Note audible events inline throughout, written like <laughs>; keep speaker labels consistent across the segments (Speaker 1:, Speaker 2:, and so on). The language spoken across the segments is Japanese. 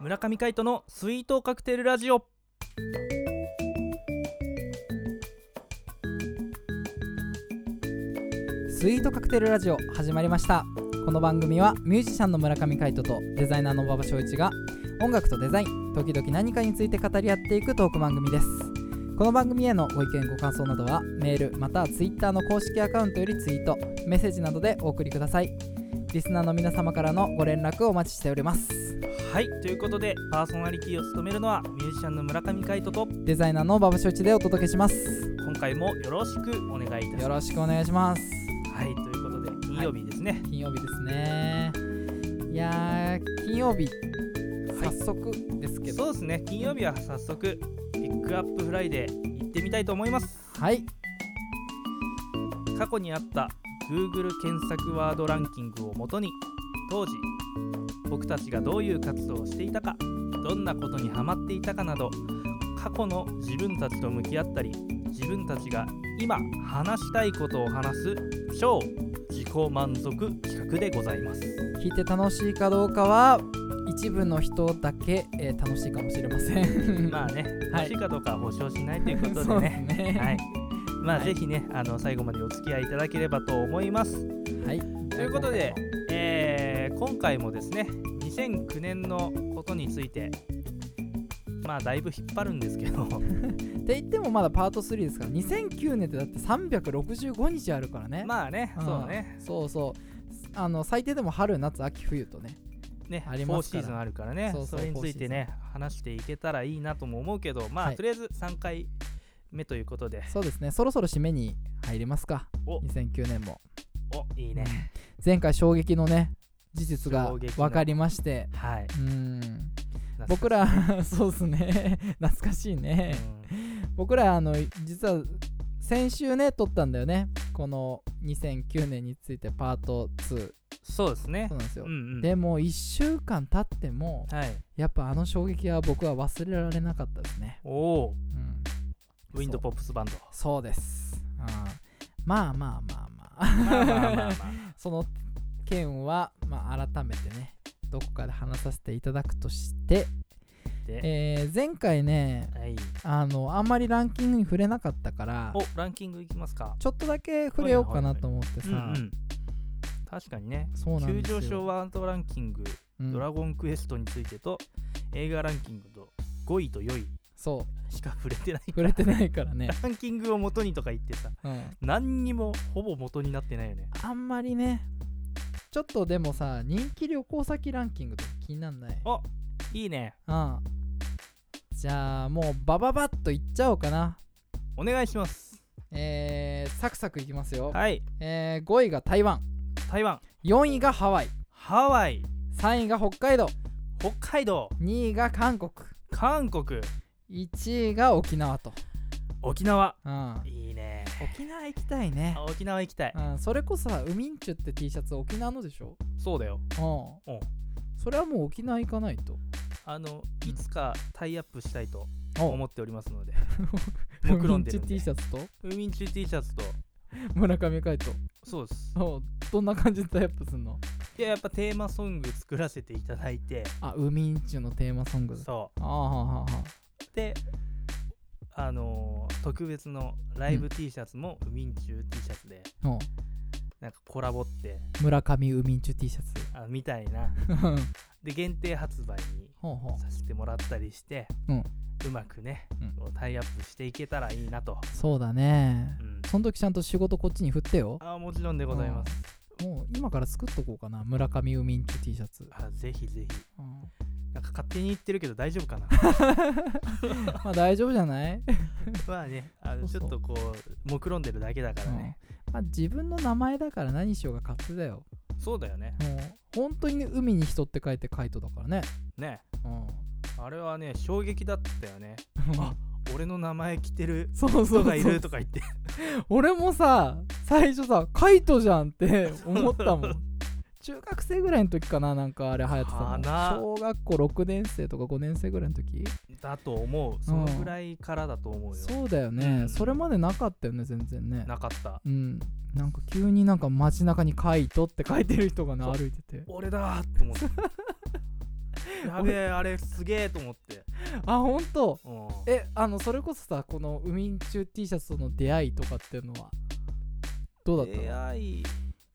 Speaker 1: 村上海人のスイートカクテルラジオ
Speaker 2: スイートカクテルラジオ始まりましたこの番組はミュージシャンの村上海人とデザイナーの馬場翔一が音楽とデザイン時々何かについて語り合っていくトーク番組ですこの番組へのご意見ご感想などはメールまたはツイッターの公式アカウントよりツイートメッセージなどでお送りくださいリスナーの皆様からのご連絡をお待ちしております
Speaker 1: はいということでパーソナリティを務めるのはミュージシャンの村上海人と
Speaker 2: デザイナーの馬場翔一でお届けします
Speaker 1: 今回もよろしくお願いいたし
Speaker 2: よ
Speaker 1: ま
Speaker 2: ろしくお願いします
Speaker 1: すはいということで金曜日ですね、
Speaker 2: 金曜日ですねいやー金曜日
Speaker 1: は
Speaker 2: 早
Speaker 1: い
Speaker 2: 速ですけど、
Speaker 1: そうですね金曜日は早速ピックアップフライデー行ってみたいと思います
Speaker 2: はい
Speaker 1: 過去にあった Google 検索ワードランキングをもとに当時僕たちがどういう活動をしていたかどんなことにハマっていたかなど過去の自分たちと向き合ったり自分たちが今話したいことを話す超自己満足企画でございます
Speaker 2: 聞いて楽しいかどうかは一部の人だけ、えー楽しいかもしれません
Speaker 1: まあね
Speaker 2: は
Speaker 1: 楽
Speaker 2: い
Speaker 1: しいかどうかは保証しないということ
Speaker 2: <laughs> そ
Speaker 1: で
Speaker 2: うで
Speaker 1: ね
Speaker 2: すね
Speaker 1: はいまあ、
Speaker 2: はい
Speaker 1: ぜひねあの最後までお付き合いいただければと思います
Speaker 2: はい、
Speaker 1: ということで、えー今回もですね2009年のことについてまあだいぶ引っ張るんですけど
Speaker 2: って言ってもまだパート3ですから2009年ってだって365日あるからね、
Speaker 1: <laughs> まあね
Speaker 2: ん
Speaker 1: そうね
Speaker 2: そうそうあの最低でも春夏秋冬とね
Speaker 1: ね
Speaker 2: あります
Speaker 1: 4シ
Speaker 2: から
Speaker 1: ーズンあるからねそ
Speaker 2: そうそう
Speaker 1: れについてね話していけたらいいなとも思うけどまあ、
Speaker 2: はい
Speaker 1: とりあえず3回目ということで
Speaker 2: そうですねそろそろ締めに入りますか
Speaker 1: お
Speaker 2: 2009年も
Speaker 1: おいいね
Speaker 2: 前回衝撃のね事実が
Speaker 1: 衝撃の
Speaker 2: 分かりまして
Speaker 1: はい
Speaker 2: うん
Speaker 1: 懐かしい
Speaker 2: 僕ら <laughs> そうですね懐かしいね、
Speaker 1: うん
Speaker 2: 僕らあの実は先週ね撮ったんだよねこの2009年についてパート2そう
Speaker 1: そうですね
Speaker 2: なんですよ、
Speaker 1: うんうん
Speaker 2: でも1週間経っても
Speaker 1: はい
Speaker 2: やっぱあの衝撃は僕は忘れられなかったですね、
Speaker 1: おお
Speaker 2: うん、
Speaker 1: ウィンドポップスバンド
Speaker 2: そうです、うん、まあまあまあま
Speaker 1: まあまあまあまあ
Speaker 2: あ <laughs> その件は、まあ、改めてねどこかで話させていただくとして、
Speaker 1: で、
Speaker 2: <laughs> えー前回ね
Speaker 1: はい、
Speaker 2: あのあんまりランキングに触れなかったから
Speaker 1: おランキングいきますか
Speaker 2: ちょっとだけ触れようかなと思ってさ、
Speaker 1: うんうん、確かにね
Speaker 2: そうなん
Speaker 1: 急
Speaker 2: ですよ
Speaker 1: 上昇ワードランキング、
Speaker 2: うん
Speaker 1: ドラゴンクエストについてと映画ランキングと5位と4位
Speaker 2: そう
Speaker 1: しか触れてない
Speaker 2: 触れてないから <laughs> ね、
Speaker 1: ランキングを元にとか言ってさ
Speaker 2: うん、
Speaker 1: 何にもほぼ元になってないよね
Speaker 2: あんまりねちょっとでもさ人気旅行先ランキングとか気になんない
Speaker 1: おいいね
Speaker 2: うんじゃあもうバババッといっちゃおうかな
Speaker 1: お願いします
Speaker 2: えー、サクサクいきますよ、
Speaker 1: はい
Speaker 2: えー、5位が台湾
Speaker 1: 台湾
Speaker 2: 4位がハワイ
Speaker 1: ハワイ
Speaker 2: 3位が北海道
Speaker 1: 北海道
Speaker 2: 2位が韓国
Speaker 1: 韓国
Speaker 2: 1位が沖縄と、
Speaker 1: 沖縄
Speaker 2: うん、
Speaker 1: いいね
Speaker 2: 沖縄行きたいね
Speaker 1: あ沖縄行きたい
Speaker 2: うん、それこそさウミンチュって T シャツ沖縄のでしょ
Speaker 1: そうだよ
Speaker 2: うん
Speaker 1: うん
Speaker 2: それはもう沖縄行かないと
Speaker 1: あの
Speaker 2: うん
Speaker 1: いつかタイアップしたいと思っておりますので
Speaker 2: ウ
Speaker 1: 目論
Speaker 2: ミ
Speaker 1: ん
Speaker 2: ン
Speaker 1: で
Speaker 2: チ
Speaker 1: る
Speaker 2: ュ
Speaker 1: んで
Speaker 2: T シャツと
Speaker 1: ウミンチュ T シャツと
Speaker 2: 村上海人
Speaker 1: そうです
Speaker 2: そうどんな感じでタイアップすんの
Speaker 1: いややっぱテーマソング作らせていただいて
Speaker 2: あウミンチュのテーマソングだ
Speaker 1: そ
Speaker 2: ああはあ
Speaker 1: う
Speaker 2: は
Speaker 1: であのー特別のライブ T シャツもウミンチュ T シャツで
Speaker 2: あはあうん
Speaker 1: なんかコラボって
Speaker 2: 村上ウミンチュ T シャツ
Speaker 1: あみたいな
Speaker 2: うんほう
Speaker 1: で限定発売に
Speaker 2: ほ
Speaker 1: させてもらったりして、
Speaker 2: うん
Speaker 1: まくね、
Speaker 2: うん
Speaker 1: こうタイアップしていけたらいいなと、
Speaker 2: うそうだね
Speaker 1: うん、
Speaker 2: その時ちゃんと仕事こっちに振ってよ
Speaker 1: あもちろんでございます、
Speaker 2: もう今から作っとこうかな村上ウミンチュ T シャツ、
Speaker 1: あぜひぜひ
Speaker 2: うん、 <laughs>
Speaker 1: なんか勝手に言ってるけど大丈夫かな
Speaker 2: まあ大丈夫じゃない
Speaker 1: <laughs> まあねあの
Speaker 2: そうそう
Speaker 1: ちょっとこう目論んでるだけだからね、
Speaker 2: まあ、自分の名前だから何しようが勝手だよ
Speaker 1: そうだよね
Speaker 2: もう本当に海に人って書いてカイトだからね
Speaker 1: ね
Speaker 2: うん
Speaker 1: あれはね衝撃だったよねあ俺の名前着てる
Speaker 2: そうそうそ <laughs>
Speaker 1: 人
Speaker 2: う
Speaker 1: がいるとか言って
Speaker 2: 俺もさ最初さカイトじゃんって
Speaker 1: <laughs>
Speaker 2: 思ったもん中学生ぐらいの時かななんかあれ流行ってた
Speaker 1: か
Speaker 2: の
Speaker 1: な
Speaker 2: 小学校6年生とか5年生ぐらいの時
Speaker 1: だと思うそのぐらいからだと思うよ、
Speaker 2: そうだよね、
Speaker 1: うん
Speaker 2: それまでなかったよね全然ね
Speaker 1: なかった
Speaker 2: うんなんか急になんか街中にカイトって書いてる人がね歩いてて
Speaker 1: 俺だーって思って
Speaker 2: <laughs>
Speaker 1: やべえあれすげえと思って、
Speaker 2: あ本当
Speaker 1: うん、
Speaker 2: えあのそれこそさこのウミンチュ T シャツとの出会いとかっていうのはどうだったの
Speaker 1: 出会い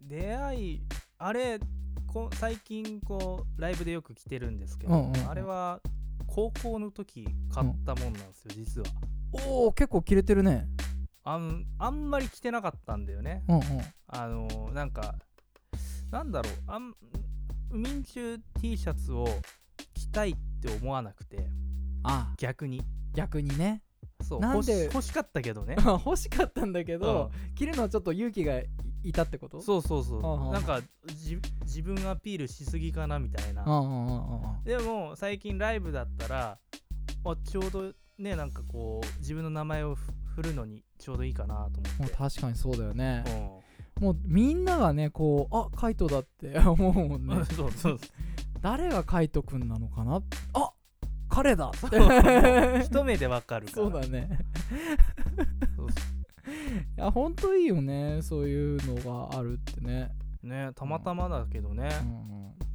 Speaker 1: 出会いあれこ最近こうライブでよく着てるんですけど、
Speaker 2: うんうんうん
Speaker 1: あれは高校の時買ったもんなんですよ、実は
Speaker 2: おお結構切れてるね
Speaker 1: あんあんまり着てなかったんだよね
Speaker 2: うんうん
Speaker 1: あのーなんかなんだろうあんウミンチュ T シャツを着たいって思わなくて
Speaker 2: あ
Speaker 1: 逆に
Speaker 2: 逆にね <laughs>
Speaker 1: そう
Speaker 2: なん
Speaker 1: 欲し
Speaker 2: で
Speaker 1: 欲しかったけど
Speaker 2: <laughs>
Speaker 1: ね
Speaker 2: 欲しかったんだけど、
Speaker 1: う
Speaker 2: 着るのはちょっと勇気がいいたってこと
Speaker 1: そうそうそ
Speaker 2: ああああ
Speaker 1: うなんかじ自分アピールしすぎかなみたいな
Speaker 2: うんうんうんうんうん
Speaker 1: でも最近ライブだったらあちょうどねなんかこう自分の名前をふ振るのにちょうどいいかなと
Speaker 2: も
Speaker 1: 思
Speaker 2: う確かにそうだよね
Speaker 1: って、
Speaker 2: もうみんながねこうあカイトだって <laughs> 思うも
Speaker 1: う
Speaker 2: ん
Speaker 1: ん、 <laughs>
Speaker 2: ね
Speaker 1: そうそう
Speaker 2: 誰がカイトくんなのかなあ彼 <laughs> だって
Speaker 1: そう一目でわかるから
Speaker 2: そうだね <laughs>
Speaker 1: そう
Speaker 2: いや本当いいよねそういうのがあるってね、
Speaker 1: ねたまたまだけどね
Speaker 2: う、ん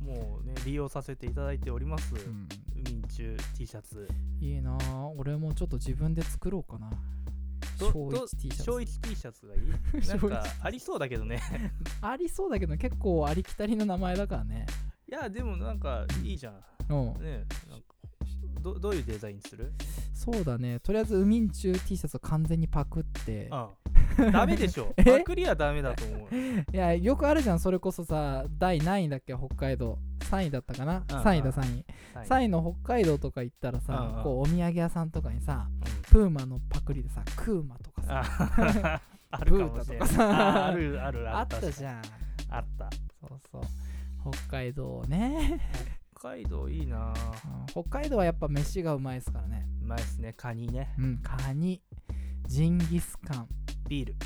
Speaker 1: もうね利用させていただいております、
Speaker 2: うんうん
Speaker 1: 民中 T シャツ
Speaker 2: いいなあ俺もちょっと自分で作ろうかな
Speaker 1: ど
Speaker 2: 小
Speaker 1: ど
Speaker 2: 一 T シ
Speaker 1: 小
Speaker 2: ャツ
Speaker 1: 一 T シャツがい
Speaker 2: <laughs>
Speaker 1: いなん
Speaker 2: 小
Speaker 1: か
Speaker 2: 一
Speaker 1: ありそうだけどね
Speaker 2: ありそうだけど結構ありきたりの名前だからね
Speaker 1: いやでもなんかいいじゃん
Speaker 2: うん
Speaker 1: ねなんかどどういうデザインする
Speaker 2: そうだねとりあえずウミンチュ T シャツを完全にパクって
Speaker 1: うんダメでしょ
Speaker 2: <laughs> え
Speaker 1: パクリはダメだと思う
Speaker 2: いやよくあるじゃんそれこそさ第何位だっけ北海道3位だったかな
Speaker 1: うん
Speaker 2: 3位だ3位
Speaker 1: はい
Speaker 2: 3位の北海道とか行ったら
Speaker 1: うん
Speaker 2: さ
Speaker 1: うん
Speaker 2: こうお土産屋さんとかにさ
Speaker 1: うん
Speaker 2: プーマのパクリでさクーマとかさ
Speaker 1: あ <laughs> あるかもしれない
Speaker 2: ブータとかさ
Speaker 1: ああるある
Speaker 2: あった
Speaker 1: ゃん
Speaker 2: じゃん
Speaker 1: あった
Speaker 2: そうそう北海道ね
Speaker 1: 北海道いいなぁ
Speaker 2: うん北海道はやっぱ飯がうまいですからね
Speaker 1: うまいっすねカニね
Speaker 2: うんカニジンギスカン
Speaker 1: ビール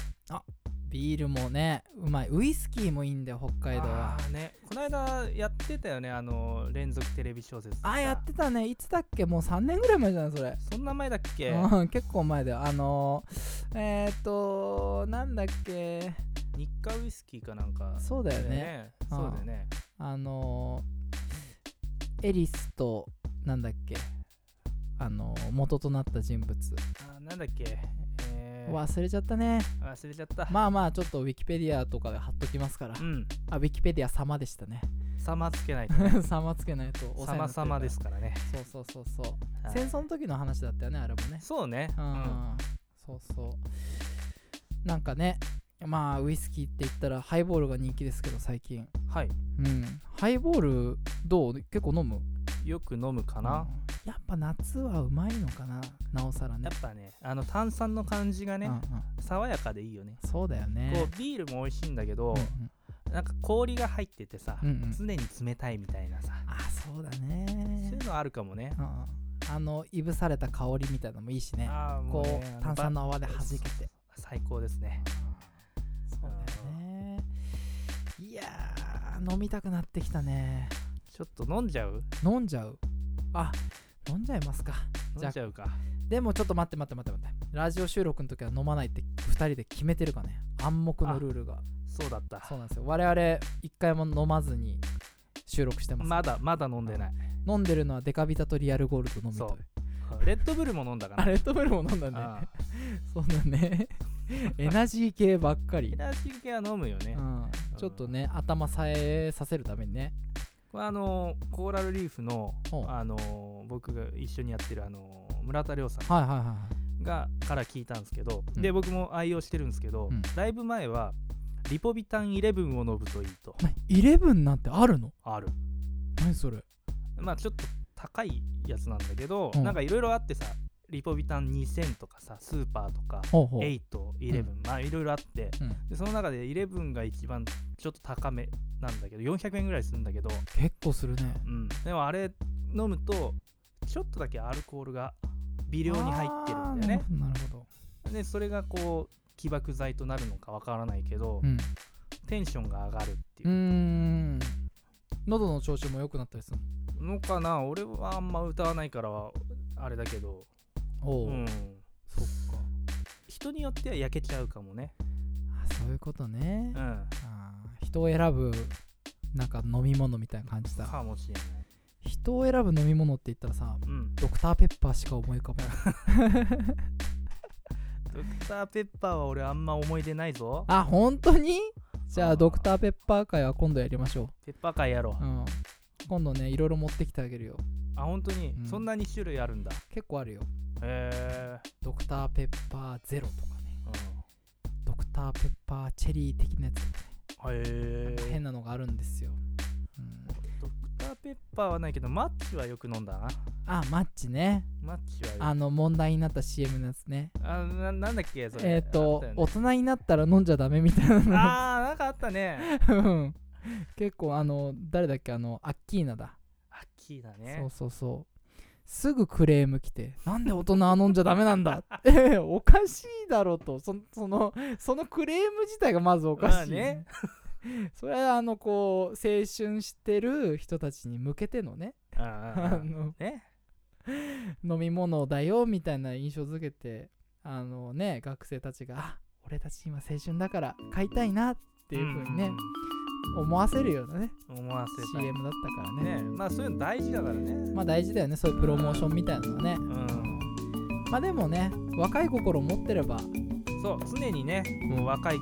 Speaker 2: ビールもねうまいウイスキーもいいんだよ北海道は
Speaker 1: あーねこの間やってたよねあの連続テレビ小説
Speaker 2: あやっててたねいつだっけもう3年ぐらい前じゃないそれ
Speaker 1: そんな前だっけ
Speaker 2: うん、結構前だよあのー、えっ、ー、となんだっけ
Speaker 1: 日課ウイスキーかなんか
Speaker 2: そうだよね
Speaker 1: そうだよね
Speaker 2: あのー、エリスとなんだっけあのー、元となった人物
Speaker 1: あーなんだっけえー
Speaker 2: 忘れちゃったね
Speaker 1: 忘れちゃった
Speaker 2: まあまあちょっとウィキペディアとかで貼っときますから
Speaker 1: うん
Speaker 2: あウィキペディア様でしたね <laughs>
Speaker 1: 様つけないと
Speaker 2: 様つけないとお世話にな
Speaker 1: 様
Speaker 2: っ
Speaker 1: 様で
Speaker 2: てるから
Speaker 1: すからね
Speaker 2: そうそうそうそう、
Speaker 1: はい
Speaker 2: 戦争の時の話だったよねあれもね
Speaker 1: そうね
Speaker 2: う、
Speaker 1: うんん
Speaker 2: そうそうなんかねまあウイスキーって言ったらハイボールが人気ですけど最近
Speaker 1: はい
Speaker 2: うんハイボールどう結構飲む
Speaker 1: よく飲むか
Speaker 2: か
Speaker 1: な、
Speaker 2: やっぱ夏はうまいのかななおさらね
Speaker 1: やっぱねあの炭酸の感じがね、
Speaker 2: うんうん
Speaker 1: 爽やかでいいよね
Speaker 2: そうだよね
Speaker 1: こうビールも美味しいんだけど、
Speaker 2: う
Speaker 1: なんか氷が入っててさ、
Speaker 2: んうんうんうん
Speaker 1: 常に冷たいみたいなさ、
Speaker 2: あそうだ
Speaker 1: そうい
Speaker 2: ね
Speaker 1: うのあるかもね、
Speaker 2: うんうんあのいぶされた香りみたいなのもいいしね
Speaker 1: ああも
Speaker 2: こ
Speaker 1: ねあ
Speaker 2: う炭酸の泡で弾け
Speaker 1: そうそう
Speaker 2: て
Speaker 1: そう最高ですね
Speaker 2: そうだよねいやー飲みたくなってきたね
Speaker 1: ちょっと飲んじゃう
Speaker 2: 飲んじゃうあ飲んじゃいますかじゃあ
Speaker 1: 飲んじゃうか
Speaker 2: でもちょっと待って待って待って待ってラジオ収録の時は飲まないって2人で決めてるかね暗黙のルールが
Speaker 1: そうだった
Speaker 2: そうなんですよ我々一回も飲まずに収録してます、
Speaker 1: まだまだ飲んでない
Speaker 2: 飲んでるのはデカビタとリアルゴールドのみと
Speaker 1: そ
Speaker 2: いう
Speaker 1: うレッドブルも飲んだか
Speaker 2: あ
Speaker 1: な
Speaker 2: レッドブルも飲んだ
Speaker 1: あ
Speaker 2: ね
Speaker 1: あ
Speaker 2: <laughs> そうだねエナジー系ばっかり
Speaker 1: エ、ナジー系は飲むよね
Speaker 2: う、ん、ちょっとね頭さえさせるためにね
Speaker 1: これあのーコーラルリーフの
Speaker 2: おう
Speaker 1: あのー僕が一緒にやってるあのー村田亮さん
Speaker 2: はいはいはいはい
Speaker 1: がから聞いたんですけど、
Speaker 2: うん
Speaker 1: で僕も愛用してるんですけど、
Speaker 2: うん
Speaker 1: ライブ前はリポビタン11を飲むといいと
Speaker 2: な11なんてあるの
Speaker 1: ある
Speaker 2: 何それ
Speaker 1: まあちょっと高いやつなんだけど、
Speaker 2: うん
Speaker 1: なんかいろいろあってさリポビタン2000とかさスーパーとか
Speaker 2: ほうほう
Speaker 1: 8、11、まあいろいろあって、
Speaker 2: うん
Speaker 1: でその中で11が一番ちょっと高めなんだけど400円ぐらいするんだけど、
Speaker 2: 結構するね
Speaker 1: うん、でもあれ飲むとちょっとだけアルコールが微量に入ってるんだよね
Speaker 2: あーなるほどなるほ
Speaker 1: でそれがこう起爆剤となるのかわからないけど、
Speaker 2: どうん
Speaker 1: テンションが上がるって
Speaker 2: うー
Speaker 1: いうん
Speaker 2: 喉の調子も良くなったりする
Speaker 1: のかな、俺はあんま歌わないからあれだけど、
Speaker 2: のお
Speaker 1: うん、
Speaker 2: そっか
Speaker 1: 人によっては焼けちゃうかもね、
Speaker 2: あそういうことね、
Speaker 1: う
Speaker 2: あ
Speaker 1: ん、
Speaker 2: あー人を選ぶなんか飲み物みたいな感じだ
Speaker 1: かもしれない
Speaker 2: 人を選ぶ飲み物って言ったらさ
Speaker 1: うん
Speaker 2: ドクターペッパーしか思い浮かばない
Speaker 1: ドクターペッパーは俺あんま思い出ないぞ
Speaker 2: あ本当にじゃ
Speaker 1: あ
Speaker 2: あ
Speaker 1: ー
Speaker 2: ドクターペッパー会は今度やりましょ
Speaker 1: ペッパー会やろう
Speaker 2: う、うん、今度ねいろいろ持ってきてあげるよ
Speaker 1: あ本当に、
Speaker 2: うん
Speaker 1: そんなに種類あるんだ
Speaker 2: 結構あるよ
Speaker 1: へえ、
Speaker 2: ドクターペッパーゼロとかねドクターペッパーチェリー的なやつとか
Speaker 1: うん、へえ
Speaker 2: 変なのがあるんですよ、うん、
Speaker 1: ドクターペッパーはないけどマッチはよく飲んだな
Speaker 2: あマッチね
Speaker 1: マッチはよく
Speaker 2: あの問題になった CM のやつね
Speaker 1: あななんだっけそれ
Speaker 2: えっ、
Speaker 1: あ
Speaker 2: と、
Speaker 1: ったよね
Speaker 2: 大人になったら飲んじゃダメみたい
Speaker 1: あ
Speaker 2: なの
Speaker 1: ーなんかあったね
Speaker 2: うん <laughs> 結構あの誰だっけあのアッキーナだ、
Speaker 1: アッキーだね
Speaker 2: そうそうそうすぐクレーム来てなんで大人は飲んじゃダメなんだ <laughs> えおかしいだろうとそそのそのクレーム自体がまずおかしい、
Speaker 1: まあね
Speaker 2: <laughs> それはあのこう青春してる人たちに向けてのね
Speaker 1: あーあ
Speaker 2: あ
Speaker 1: ー
Speaker 2: の
Speaker 1: ね
Speaker 2: 飲み物だよみたいな印象づけてあのね学生たちがあ俺たち今青春だから買いたいなっていう風にね、思わせるようなね
Speaker 1: うん思わせたい
Speaker 2: CM だったから
Speaker 1: ね
Speaker 2: ね
Speaker 1: まあそういうの大事だからね
Speaker 2: まあ大事だよねそういうプロモーションみたいなのはね
Speaker 1: うん
Speaker 2: まあでもね若い心を持ってれば、
Speaker 1: そう常にねもう若い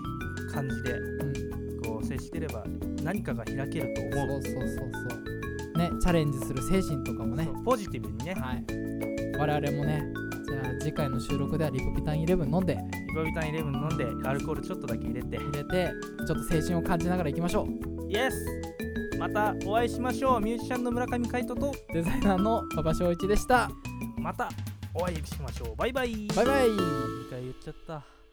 Speaker 1: 感じで
Speaker 2: うん、
Speaker 1: こう接してれば何かが開けると
Speaker 2: そ
Speaker 1: 思う
Speaker 2: うそうそうそうねチャレンジする精神とかもね
Speaker 1: そうポジティブにね
Speaker 2: はい我々もねじゃあ次回の収録ではリポビタンイレブン飲んで
Speaker 1: リポビタン11飲んでアルコールちょっとだけ入れて
Speaker 2: 入れてちょっと青春を感じながらいきましょう
Speaker 1: イエスまたお会いしましょうミュージシャンの村上海人と
Speaker 2: デザイナーの馬場翔一でした
Speaker 1: またお会いしましょうバイバイ
Speaker 2: バイバイ
Speaker 1: 一回言っちゃった